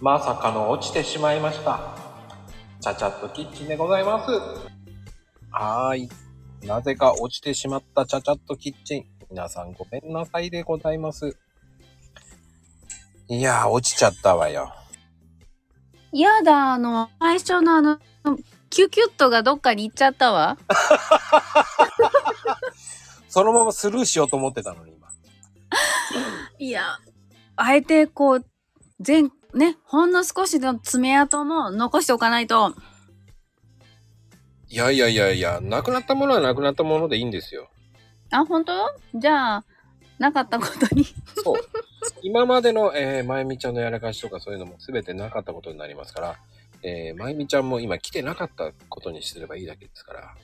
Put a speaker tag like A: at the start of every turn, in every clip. A: まさかの落ちてしまいました。ちゃちゃっとキッチンでございます。はーい。なぜか落ちてしまったちゃちゃっとキッチン。皆さんごめんなさいでございます。いやー、落ちちゃったわよ。
B: やだ、あの、最初のあの、キュキュットがどっかに行っちゃったわ。
A: そのままスルーしようと思ってたのに今。
B: いや、あえてこう、全、ね、ほんの少しの爪痕も残しておかないと。
A: いやいやいやいや、なくなったものはなくなったものでいいんですよ。
B: あ、本当じゃあ、なかったことに。
A: そう。 今までの、えー、まゆみちゃんのやらかしとかそういうのも全てなかったことになりますから、えー、まゆみちゃんも今来てなかったことにすればいいだけですから。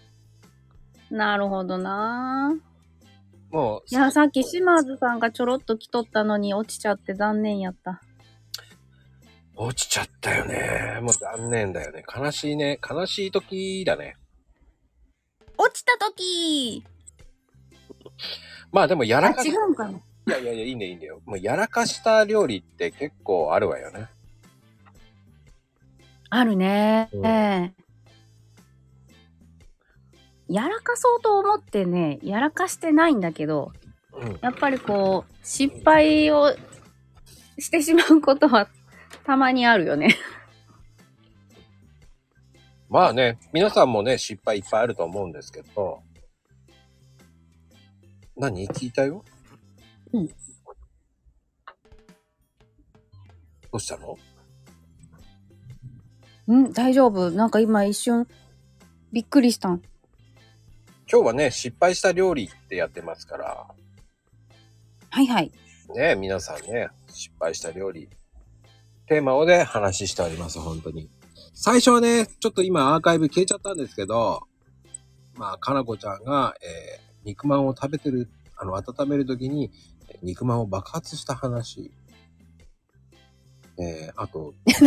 B: なるほどな
A: もう、
B: いや、さっき島津さんがちょろっと来とったのに落ちちゃって残念やった。
A: 落ちちゃったよね。もう残念だよね。悲しいね。悲しい時だね。
B: 落ちた時
A: まあでもや
B: あ、
A: らか
B: 違
A: し、
B: うんかな。
A: いやいやいや、いいんだよいいんだよ。もうやらかした料理って結構あるわよね。
B: あるね、
A: うん
B: ええやらかそうと思ってね、やらかしてないんだけど、
A: うん。
B: やっぱりこう、失敗をしてしまうことはたまにあるよね。
A: まあね、皆さんもね、失敗いっぱいあると思うんですけど。何聞いたよ
B: うん
A: どうしたの
B: うん、大丈夫。なんか今一瞬、びっくりしたん。
A: 今日はね、失敗した料理ってやってますから。
B: はいはい。
A: ね、皆さんね、失敗した料理、テーマをね、話しております、本当に。最初はね、ちょっと今アーカイブ消えちゃったんですけど、まあ、かなこちゃんが、えー肉まんを食べてる、あの、温めるときに、えー肉まんを爆発した話。えーあと、
B: 違う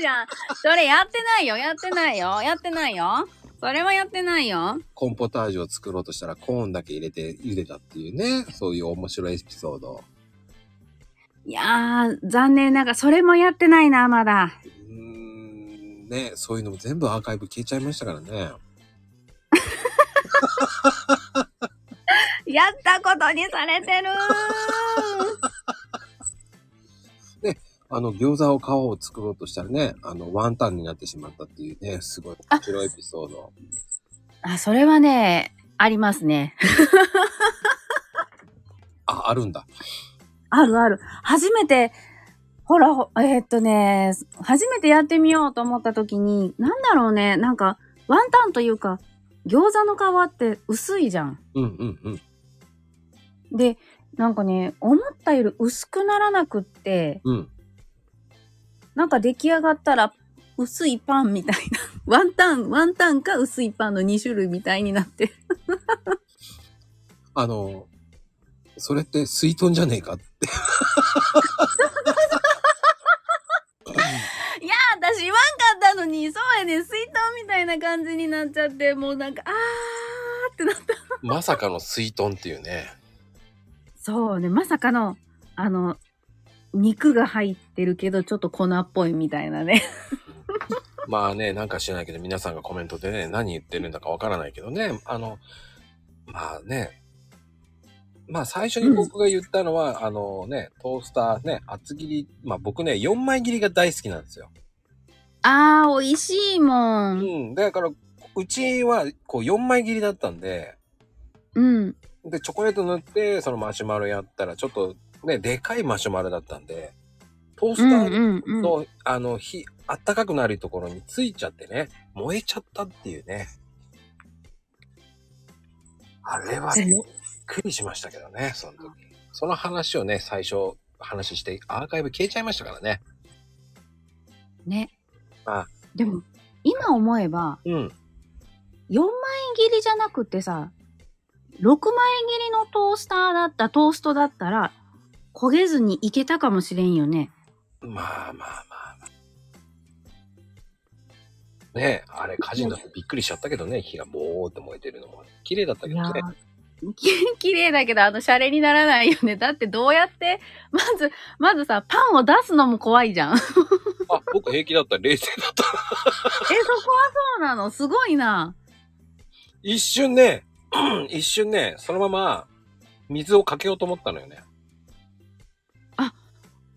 B: じゃん。それやってないよ。やってないよ。やってないよ。それはやってないよ。
A: コーンポタージュを作ろうとしたらコーンだけ入れて茹でたっていうね、そういう面白いエピソード。
B: いやー、残念ながら、それもやってないな、まだ。
A: うーん、ね、そういうのも全部アーカイブ消えちゃいましたからね。
B: やったことにされてる
A: あの、餃子を皮を作ろうとしたらね、あの、ワンタンになってしまったっていうね、すごい面白いエピソード。
B: あ、それはね、ありますね。
A: あ、あるんだ。
B: あるある。初めて、ほら、ほえーっとね、初めてやってみようと思った時に、なんだろうね、なんか、ワンタンというか、餃子の皮って薄いじゃん。
A: うんうんうん。
B: で、なんかね、思ったより薄くならなくって、
A: うん。
B: なんか出来上がったら薄いパンみたいな。 ワンタン、ワンタンか薄いパンの2種類みたいになって。
A: あの、それって水豚じゃねえかって。
B: いや、私言わんかったのに、そうやねん、水筒みたいな感じになっちゃって、もうなんか、あーってなった。
A: まさかの水豚っていうね。
B: そうね、まさかの、あの、肉が入ってるけど、ちょっと粉っぽいみたいなね。
A: まあね、なんか知らないけど、皆さんがコメントでね、何言ってるんだかわからないけどね、あの、まあね、まあ最初に僕が言ったのは、あのね、トースターね、厚切り、まあ僕ね、4枚切りが大好きなんですよ。
B: あー、美味しいもん。
A: うん、だから、うちはこう4枚切りだったんで、
B: うん。
A: で、チョコレート塗って、そのマシュマロやったら、ちょっとね、でかいマシュマロだったんで、トース
B: う
A: タ
B: ん
A: ー
B: うんうん。
A: の、あの、火、あったかくなるところについちゃってね、燃えちゃったっていうね。あれはびっくりしましたけどね、その時。その話をね、最初話して、アーカイブ消えちゃいましたからね。
B: ね。
A: あ
B: でも、今思えば、
A: うん。
B: 4枚切りじゃなくてさ、6枚切りのトースターだった、トーストだったら、焦げずにいけたかもしれんよね。
A: まあまあまあまあ。ねえ、あれ火事になってびっくりしちゃったけどね、火がボーって燃えてるのも。綺麗だったけ
B: いや
A: どね
B: ー。 き綺麗だけど、あの、シャレにならないよね。だってどうやって、まず、まずさ、パンを出すのも怖いじゃん。え、そこ
A: あ、僕平気だった。冷静だった。
B: はそうなのすごいな。
A: 一瞬ね、 うん一瞬ね、そのまま水をかけようと思ったのよね。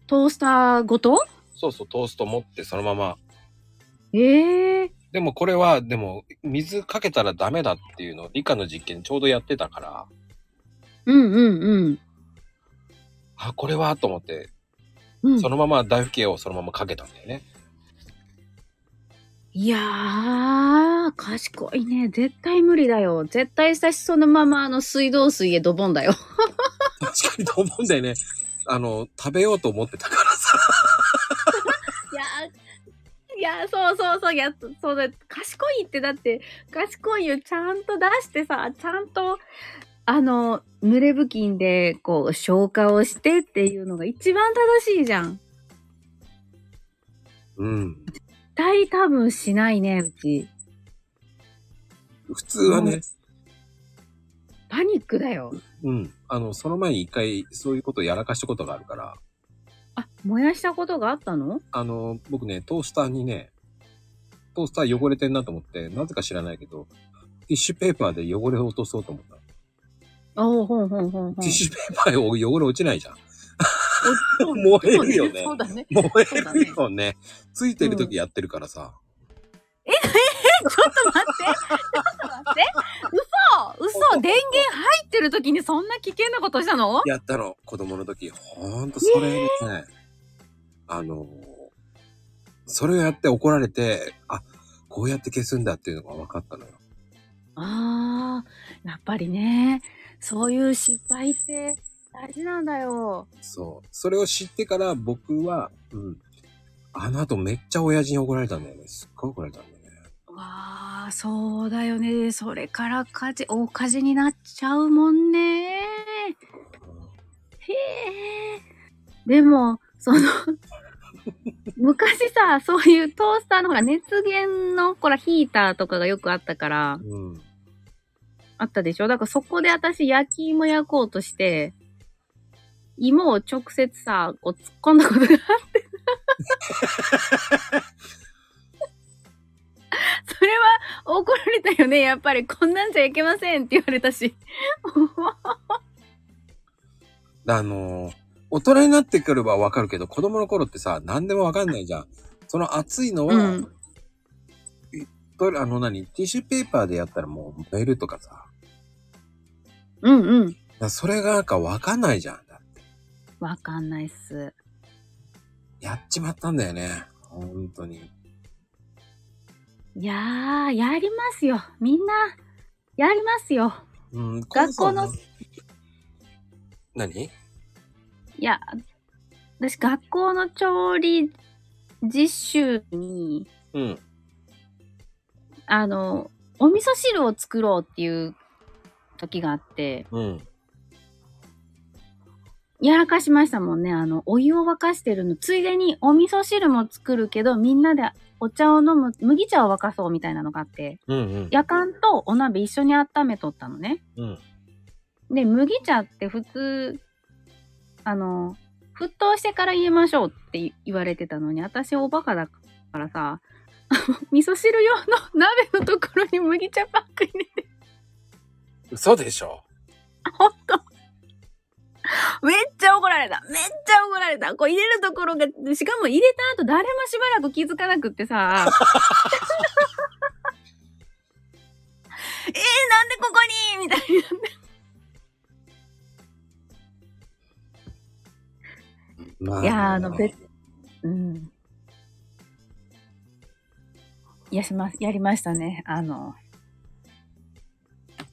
B: トースターごと
A: そうそう、トースト持ってそのまま。
B: ええ
A: でもこれは、でも、水かけたらダメだっていうのを理科の実験ちょうどやってたから、
B: うんうん
A: あ、これはと思って、
B: うん。うん
A: そ、のまま大吹きをそのままかけたんだよね。
B: いやー、賢いね。絶対無理だよ。絶対さしそのまま、あの、水道水へドボンだよ。
A: 確かにと思うんだよね。あの、食べようと思ってたからさ。
B: いやー、いやー、そうそうそう、いや、そうだ、賢いってだって、賢いよ、ちゃんと出してさ、ちゃんと、あの、濡れ布巾で、こう、消化をしてっていうのが一番正しいじゃん。
A: うん。
B: 大体多分しないね、うち。
A: 普通はね、
B: パニックだよ。
A: うん。あの、その前に一回そういうことをやらかしたことがあるから、
B: あ、燃やしたことがあったの
A: あの、僕ね、トースターにね、トースター汚れてんなと思って、なぜか知らないけど、ティッシュペーパーで汚れを落とそうと思ったの。
B: あおうほんほんほんほん。
A: ティッシュペーパーを汚れ落ちないじゃん。 燃えるよね
B: そうだね。
A: 燃えるよね。ついてる時やってるからさ。
B: え、ちょっと待って。ちょっと待って。嘘嘘電源入ってる時にそんな危険なことしたの
A: やったの、子供の時。ほんと、それね、あの、それをやって怒られて、あ、こうやって消すんだっていうのが分かったのよ。
B: ああ、やっぱりね、そういう失敗って大事なんだよ。
A: そう。それを知ってから僕は、うん。あの後めっちゃ親父に怒られたんだよね。すっごい怒られたんだよね。
B: わあ、そうだよね。それから火事、大火事になっちゃうもんね。へえ。でも、そ の、昔さ、そういうトースターのほら、熱源の、ほら、ヒーターとかがよくあったから、
A: うん。
B: あったでしょだからそこで私焼き芋焼こうとして、芋を直接さ、こう突っ込んだことがあって。 それは怒られたよね。やっぱりこんなんじゃいけませんって言われたし。
A: あのー大人になってくればわかるけど、子供の頃ってさ、何でもわかんないじゃん。その熱いのは、
B: うん
A: とあの何、ティッシュペーパーでやったらもう燃えるとかさ。だか
B: うんうん。
A: らそれがなんかわかんないじゃん。だって
B: わかんないっす。
A: やっちまったんだよね。本当に。
B: いやー、やりますよ。みんな、やりますよ。
A: うん、
B: 学校の
A: こうそう何
B: いや、私学校の調理実習に、
A: うん。
B: あの、お味噌汁を作ろうっていう時があって、
A: うん。
B: やらかしましたもんね。あの、お湯を沸かしてるの。ついでにお味噌汁も作るけど、みんなでお茶を飲む、麦茶を沸かそうみたいなのがあって、
A: うんうん。
B: 夜間とお鍋一緒に温めとったのね。
A: うん。
B: で、麦茶って普通、あの、沸騰してから入れましょうって言われてたのに、私おバカだからさ、味噌汁用の鍋のところに麦茶パック入れて、
A: 嘘でしょ。
B: ほんと。めっちゃ怒られた。めっちゃ怒られた。こう入れるところが、しかも入れた後誰もしばらく気づかなくってさ。 えー、なんでここにみたいになって。
A: ま
B: いやーあのべうん。いやします、やりましたね。あの、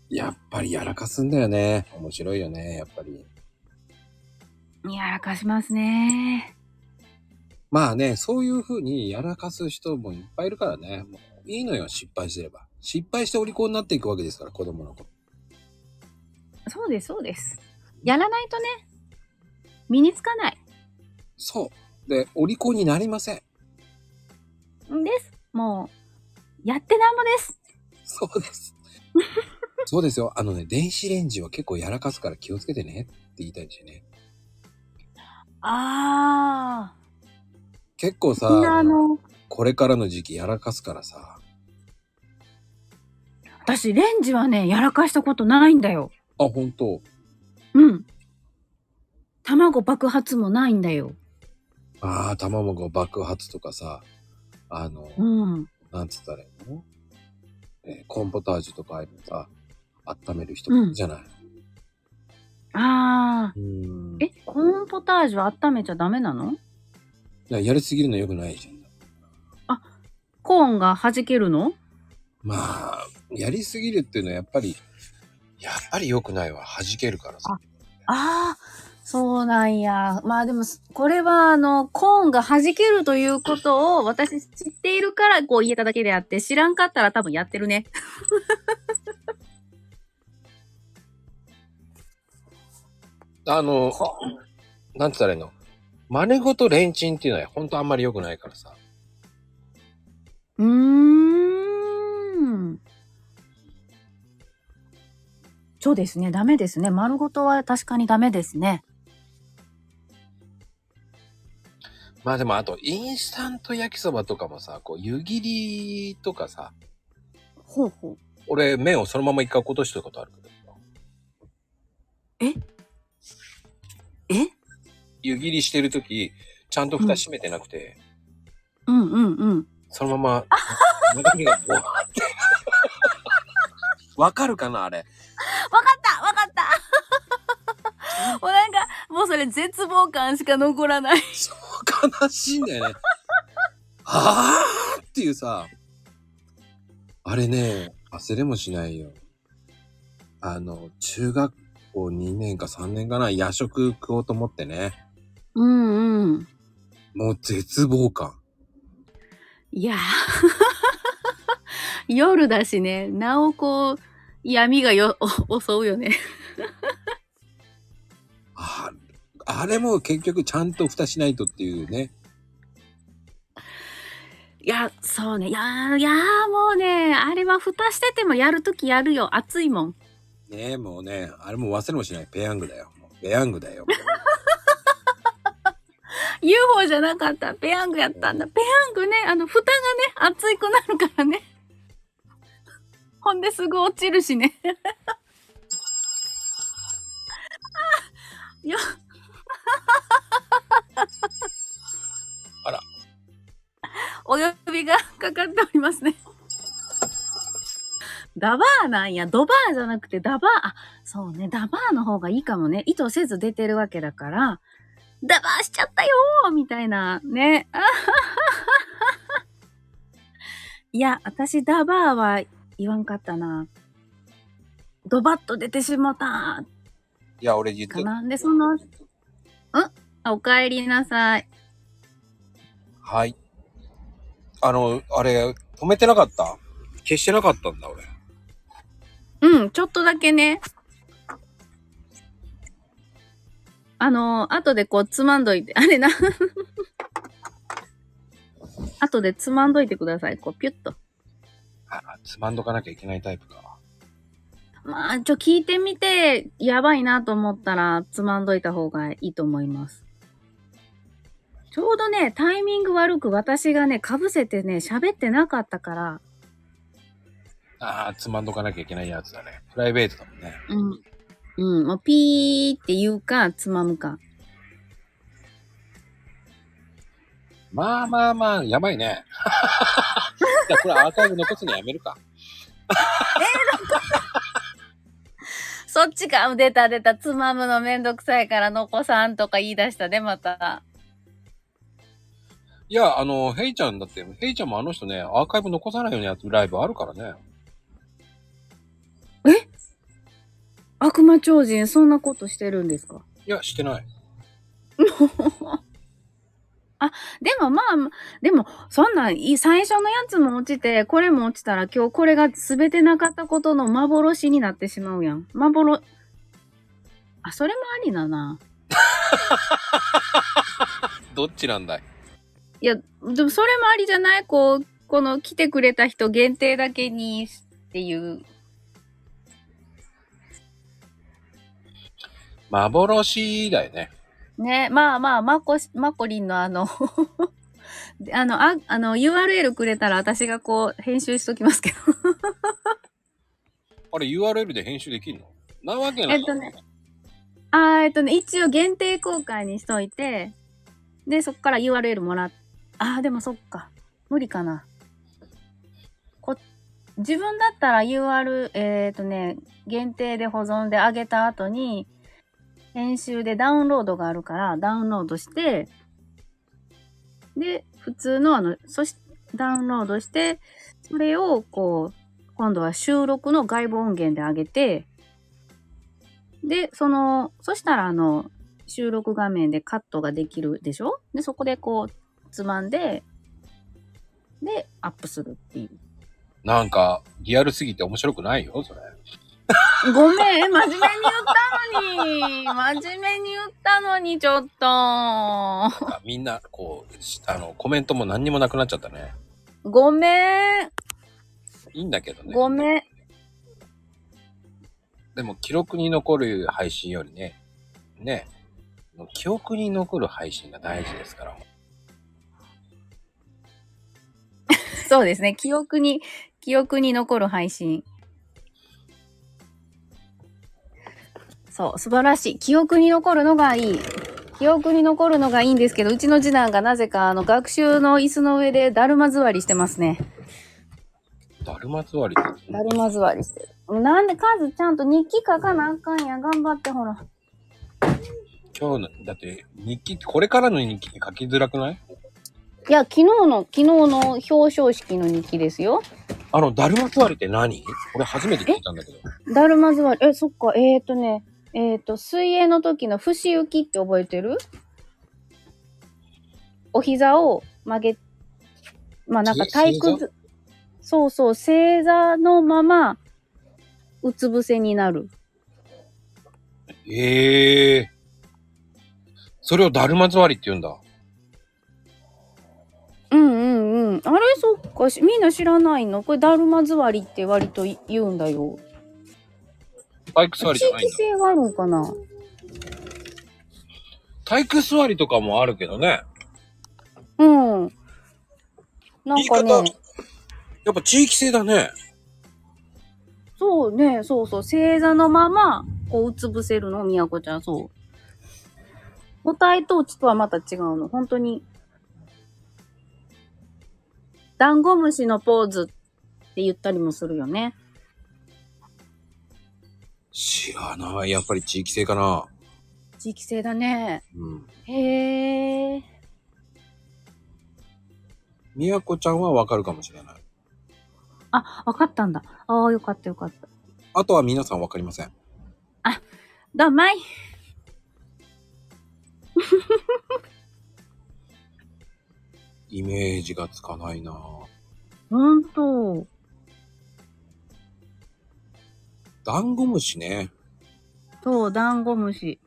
A: やっぱりやらかすんだよね。面白いよね、やっぱり。
B: やらかしますね。
A: まあね、そういう風にやらかす人もいっぱいいるからね。もういいのよ、失敗すれば。失敗してお利口になっていくわけですから、子供の頃。
B: そうです、そうです。やらないとね、身につかない。
A: そう。で、お利口になりません。
B: んです。もう、やってなんぼです。
A: そうです。そうですよ。あのね、電子レンジは結構やらかすから気をつけてねって言いたいしね。
B: あ
A: 結構
B: あ、みんなあ
A: さ、
B: の、
A: これからの時期やらかすからさ。
B: 私、レンジはね、やらかしたことないんだよ。
A: あ、本当
B: うん。卵爆発もないんだよ。
A: ああ、卵が爆発とかさ、あの、
B: うん。
A: なんつったらいいの、えーコーンポタージュとかああいうのさ、温める人
B: うん
A: じゃない。
B: ああ。
A: うん。
B: え、コーンポタージュ温めちゃダメなの
A: だからやりすぎるの良くないじゃん。
B: コーンが弾けるの
A: まあ、やりすぎるっていうのはやっぱり、やっぱり良くないわ。弾けるからさ。
B: ああ、そうなんや。まあでも、すこれはあの、コーンが弾けるということを私知っているからこう言えただけであって、知らんかったら多分やってるね。
A: あの、なんつったらいいの真似事レンチンっていうのは本当あんまり良くないからさ。
B: うーん。そうですね。ダメですね。丸ごとは確かにダメですね。
A: まあでもあと、インスタント焼きそばとかもさ、こう、湯切りとかさ、
B: ほうほう。
A: 俺、麺をそのまま一回落としてることあるけど、
B: え
A: 湯切りしてるとき、ちゃんと蓋閉めてなくて、
B: うんうんうん。
A: そのまま、中身がボワーって。わかるかなあれ。
B: わかったわかった もうなんか、もうそれ絶望感しか残らない。
A: 悲しいんだよね。ああっていうさ、あれね、焦れもしないよ。あの、中学校2年か3年かな、夜食食おうと思ってね、
B: うんうん。
A: もう絶望感。
B: いや ー夜だしね、なおこう、闇がよ、 お襲うよね。
A: ああれも結局ちゃんと蓋しないとっていうね。
B: いや、そうね。いやー、いやーもうね、あれは蓋しててもやるときやるよ。熱いもん。
A: ねもうね、あれもう忘れもしない。ペヤングだよ。もうペヤングだよ。
B: UFO じゃなかった。ペヤングやったんだ。ペヤングね、あの、蓋がね、熱いくなるからね。ほんですぐ落ちるしね。 あーよ、
A: あら。
B: お呼びがかかっておりますね。ダバーなんや。ドバーじゃなくてダバー。あ、そうね。ダバーの方がいいかもね。意図せず出てるわけだから、ダバーしちゃったよーみたいな。ね。 あははははいや、私ダバーは言わんかったな。ドバッと出てしもた
A: いや、俺言っ
B: か
A: て、
B: な。で、その、んあおかえりなさい。
A: はい。あの、あれ、止めてなかった消してなかったんだ、俺。
B: うん、ちょっとだけね。あの、後でこう、つまんどいて、あれな。 後でつまんどいてください。こう、ピュッと。
A: あつまんどかなきゃいけないタイプか。
B: まあ、ちょ、聞いてみて、やばいなと思ったら、つまんどいた方がいいと思います。ちょうどね、タイミング悪く私がね、かぶせてね、喋ってなかったから、
A: ああ、つまんどかなきゃいけないやつだね。プライベートだもんね。
B: うん。うん、もうピーって言うか、つまむか。
A: まあまあまあ、やばいね。 じゃあこれアーカイブ残すのやめるか。
B: そっちか、出た出た、つまむのめんどくさいから、のこさんとか言い出したで、また。
A: いや、あの、ヘイちゃんだって、ヘイちゃんもあの人ね、アーカイブ残さないようにやってるライブあるからね。
B: 悪魔超人、そんなことしてるんですか
A: いや、してない。
B: でもまあ、でも、そんなん、い最初のやつも落ちて、これも落ちたら、今日これが全てなかったことの幻になってしまうやん。幻、あ、それもありだな。
A: どっちなんだい
B: いや、でもそれもありじゃないこう、この来てくれた人限定だけに、っていう。
A: 幻だよね。
B: ね、まあまあ、マコし、マコリンのあの で、あの、あ、あの、URL くれたら私がこう、編集しときますけど。
A: あれ URL で編集できるのなわけない。
B: えっとね。あー、えっとね、一応限定公開にしといて、で、そっから URL もらっ、あー、でもそっか。無理かな。こ、自分だったら URL、えーっとね、限定で保存で上げた後に、編集でダウンロードがあるから、ダウンロードして、で、普通のあの、そし、ダウンロードして、それをこう、今度は収録の外部音源で上げて、で、その、そしたらあの、収録画面でカットができるでしょで、そこでこう、つまんで、で、アップするっていう。
A: なんか、リアルすぎて面白くないよ、それ。
B: ごめん、真面目に言ったのに、真面目に言ったのに、ちょっと。
A: なんかみんな、こう、しあの、コメントも何にもなくなっちゃったね。
B: ごめん、
A: いいんだけどね。
B: ごめん。
A: でも、記録に残る配信よりね、ね、もう記憶に残る配信が大事ですから。
B: そうですね、記憶に、記憶に残る配信。そう、素晴らしい。記憶に残るのがいい。記憶に残るのがいいんですけど、うちの次男がなぜか、あの、学習の椅子の上でだるま座りしてますね。
A: だるま座り。
B: だるま座りしてる。もうなんで、カズちゃんと日記書かなあかんや。頑張って、ほら。
A: 今日の、だって、日記って、これからの日記って書きづらくない
B: いや、昨日の、昨日の表彰式の日記ですよ。
A: あの、だるま座りって何俺初めて聞いたんだけど。
B: だるま座り。え、そっか。えーとね、えーと、水泳の時の節浮きって覚えてるお膝を曲げ、まあなんか
A: せ
B: 体育
A: 正
B: ず、そうそう、正座のまま、うつ伏せになる。
A: ええそれをだるま座りって言うんだ。
B: うんうんうん。あれそっかし。みんな知らないのこれ、だるま座りって割とい言うんだよ。
A: 体育座り
B: 地
A: じゃないん
B: 域
A: だ。
B: 性があるのかな
A: 体育座りとかもあるけどね。
B: うん。なんか
A: 言い
B: ね。
A: 方やっぱ地域性だね。
B: そうね、そうそう、正座のまま、こう、うつ伏せるの、みやこちゃん、そう。母体統治とはまた違うの、本当に。ダンゴムシのポーズって言ったりもするよね。
A: 知らない。やっぱり地域性かな。
B: 地域性だね。
A: うん。
B: へえ。
A: みやこちゃんはわかるかもしれない。
B: あ、わかったんだ。ああ、よかったよかった。
A: あとは皆さんわかりません。
B: どんまい。
A: イメージがつかないなぁ
B: ほんと。
A: ダンゴムシね。
B: そう、ダンゴムシ。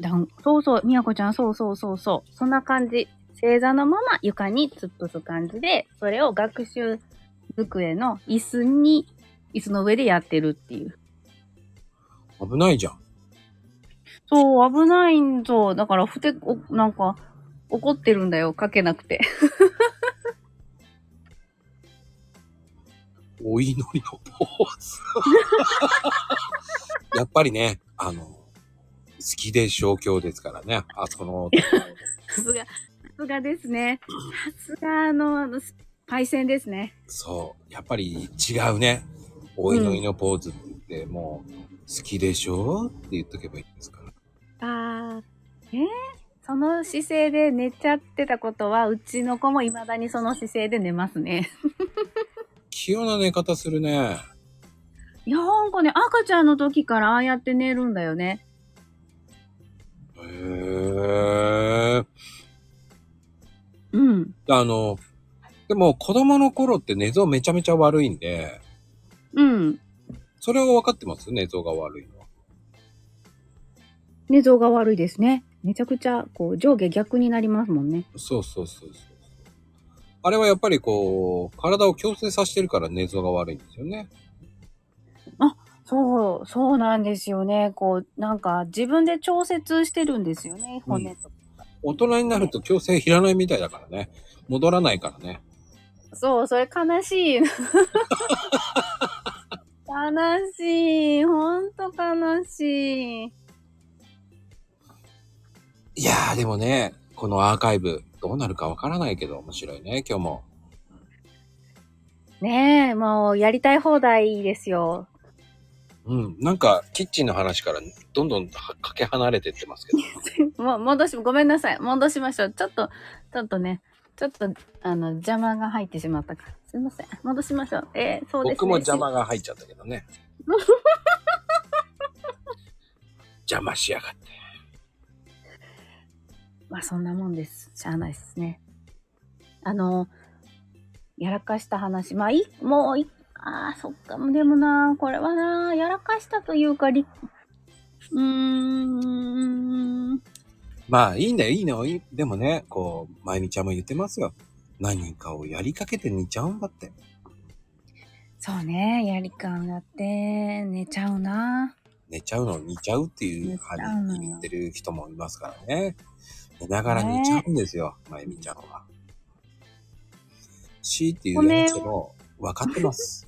B: ダン、そうそう、みやこちゃん、そうそうそうそう。そんな感じ。正座のまま床に突っ伏す感じで、それを学習机の椅子に、椅子の上でやってるっていう。
A: 危ないじゃん。
B: そう、危ないんぞ。だから、ふて、お、なんか、怒ってるんだよ。かけなくて。
A: お祈りのポーズ。やっぱりね、あの、好きで小教ですからね。あそこの、
B: さすが、さすがですね。さすが、あの、あのパイセンですね。
A: そう。やっぱり違うね。お祈りのポーズって言って、もう、好きでしょって言っとけばいいですから。
B: ああ、えーその姿勢で寝ちゃってたことは、うちの子も未だにその姿勢で寝ますね。
A: 器用な寝方するね。
B: いや、 なんかね、赤ちゃんの時からああやって寝るんだよね。
A: へー。
B: うん。
A: あの、でも子供の頃って寝相めちゃめちゃ悪いんで、
B: うん。
A: それは分かってます寝相が悪いのは。
B: 寝相が悪いですね。めちゃくちゃ、こう、上下逆になりますもんね。
A: そうそうそうそう。あれはやっぱりこう、体を矯正させてるから寝相が悪いんですよね。
B: そう、そうなんですよね。こう、なんか自分で調節してるんですよね、
A: うん
B: 骨と。
A: 大人になると強制いらないみたいだからね。戻らないからね。
B: そう、それ悲 しい。悲しい。ほんと悲しい。
A: いやーでもね、このアーカイブ、どうなるかわからないけど面白いね、今日も。
B: ねえ、もうやりたい放題ですよ。
A: うん。なんか、キッチンの話からどんどんはかけ離れてってますけど。
B: もう戻し、ごめんなさい。戻しましょう。ちょっと、ちょっとね、ちょっと、あの、邪魔が入ってしまったから。すいません。戻しましょう。えーそうですね。
A: 僕も邪魔が入っちゃったけどね。邪魔しやがって。
B: まあそんなもんです。しゃあないですね。あの、やらかした話。まあいい、もういい、ああ、そっか。でもな、これはな、やらかしたというか、りうーん、
A: まあ、いいんだよ、いいの。いいでもね、こう、まゆみちゃんも言ってますよ。何かをやりかけて寝ちゃうんだって。
B: そうね、やりかんがあって、寝ちゃうな。
A: 寝ちゃうのに似ちゃうっていう
B: 寝ち
A: は
B: ゃうのよ
A: 言ってる人もいますからね。寝ながら寝ちゃうんですよ、まゆみちゃんは。しっていうやつも分かってます。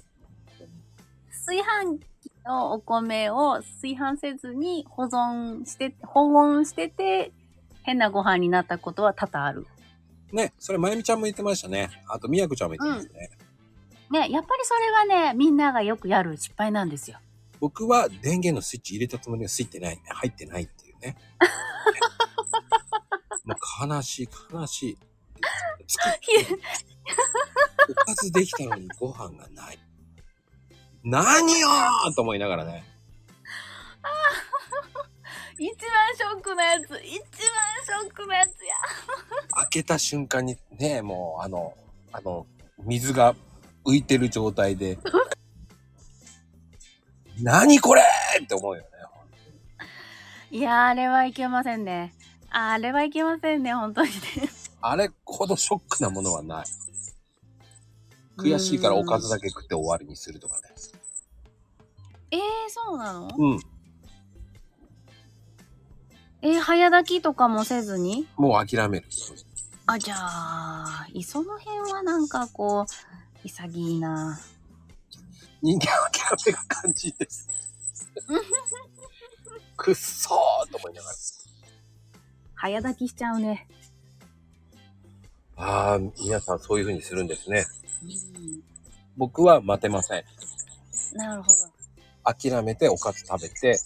B: 炊飯器のお米を炊飯せずに保存して、保温してて、変なご飯になったことは多々ある。
A: ね、それまゆみちゃんも言ってましたね。あと、みやこちゃんも言ってましたね。
B: ね、やっぱりそれはね、みんながよくやる失敗なんですよ。
A: 僕は電源のスイッチ入れたつもりがスイッチない、入ってないっていう ね。もう悲しい、悲し い。おかずできたのにご飯がない。何よーと思いながらね。
B: 一番ショックなやつ一番ショックなやつや
A: 開けた瞬間にね、もうあの、あの、水が浮いてる状態で、何これって思うよね。
B: いやーあれはいけませんねあれはいけませんね本当にね
A: あれほどショックなものはない。 悔しいからおかずだけ食って終わりにするとかね。
B: えー、そうなの
A: うん。
B: えー、早炊きとかもせずに
A: もう諦める。
B: あじゃあいその辺はなんかこう潔いな
A: 人間は諦める感じです。くっそーと思いながら。
B: 早炊きしちゃうね
A: ああ、皆さんそういう風にするんですね。
B: うん
A: 僕は待てません。
B: なるほど
A: 諦めておかず食べて、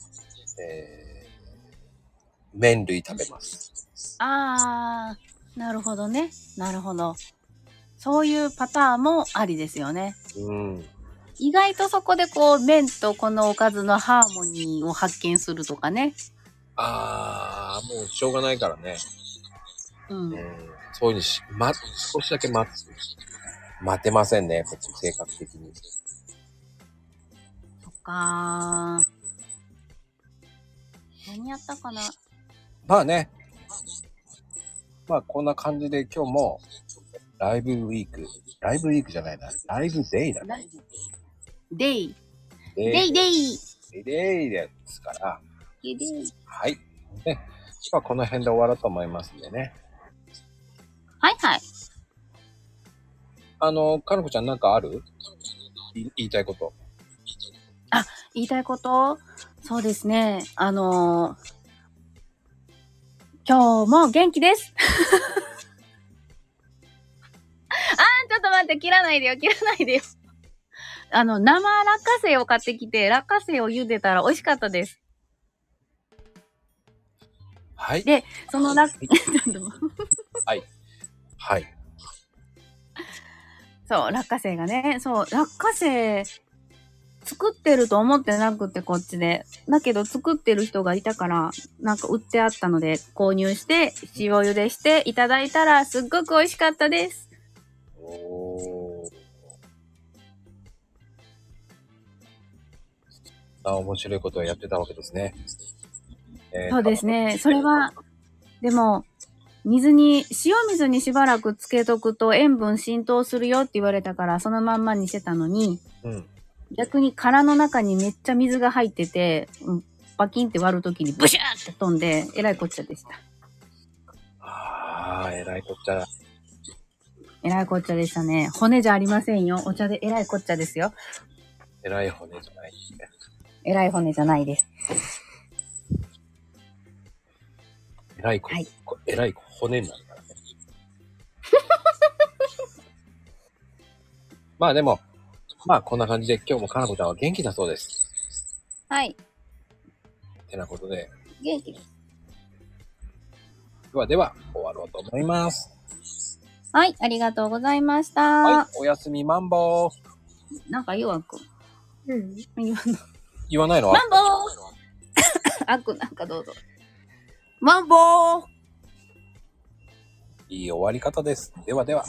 A: えー、麺類食べます。
B: あーなるほどねなるほどそういうパターンもありですよね
A: うん。
B: 意外とそこでこう麺とこのおかずのハーモニーを発見するとかね。
A: ああ、もうしょうがないからね。
B: う
A: うん
B: ん。。
A: そういうふうにし、ま、少しだけ待つ。待てませんね、こっち性格的に。
B: とか。何やったかな
A: まあね。まあこんな感じで今日もライブウィーク、ライブウィークじゃないな、ライブデイだね。
B: デイ。
A: デ
B: デイデイ。
A: イデイですから、
B: デイデイ。
A: はい。ね。今日はこの辺で終わろうと思いますんでね。
B: はいはい。
A: あの、かのこちゃんなんかあるい言いたいこと。
B: 言いたいことそうですね。あのー今日も元気です。 あー、ちょっと待って、切らないでよ、切らないでよ。あの、生落花生を買ってきて、落花生を茹でたら美味しかったです。
A: はい。
B: でその落、
A: はい
B: ちょっと
A: はい。
B: そう、落花生がね、そう、落花生作ってると思ってなくて、こっちで。だけど、作ってる人がいたから、なんか売ってあったので、購入して、塩茹でしていただいたら、すっごく美味しかったです。
A: おー。あ、面白いことをやってたわけですね。えー
B: そうですね。それは、でも、水に、塩水にしばらくつけとくと塩分浸透するよって言われたから、そのまんまにしてたのに、
A: うん。
B: 逆に殻の中にめっちゃ水が入ってて、うんバキンって割るときにブシューって飛んで、えらいこっちゃでした。
A: ああ、えらいこっちゃだ。
B: えらいこっちゃでしたね。骨じゃありませんよ。お茶でえらいこっちゃですよ。
A: えらい骨じゃないしね。
B: えらい骨じゃないです。
A: えらいこ、
B: はい
A: こえらい骨になるから ね。まあでも、まあこんな感じで今日もかなこちゃんは元気だそうです。
B: はい。
A: てなことで、
B: 元気です。
A: ではでは終わろうと思います。
B: はい。ありがとうございました。
A: はい、おやすみマンボウ。
B: なんか弱く。
C: うん。
B: 言わん
A: 言わないの
B: マンボウあくなんかどうぞ。マンボウ
A: いい終わり方です。ではでは。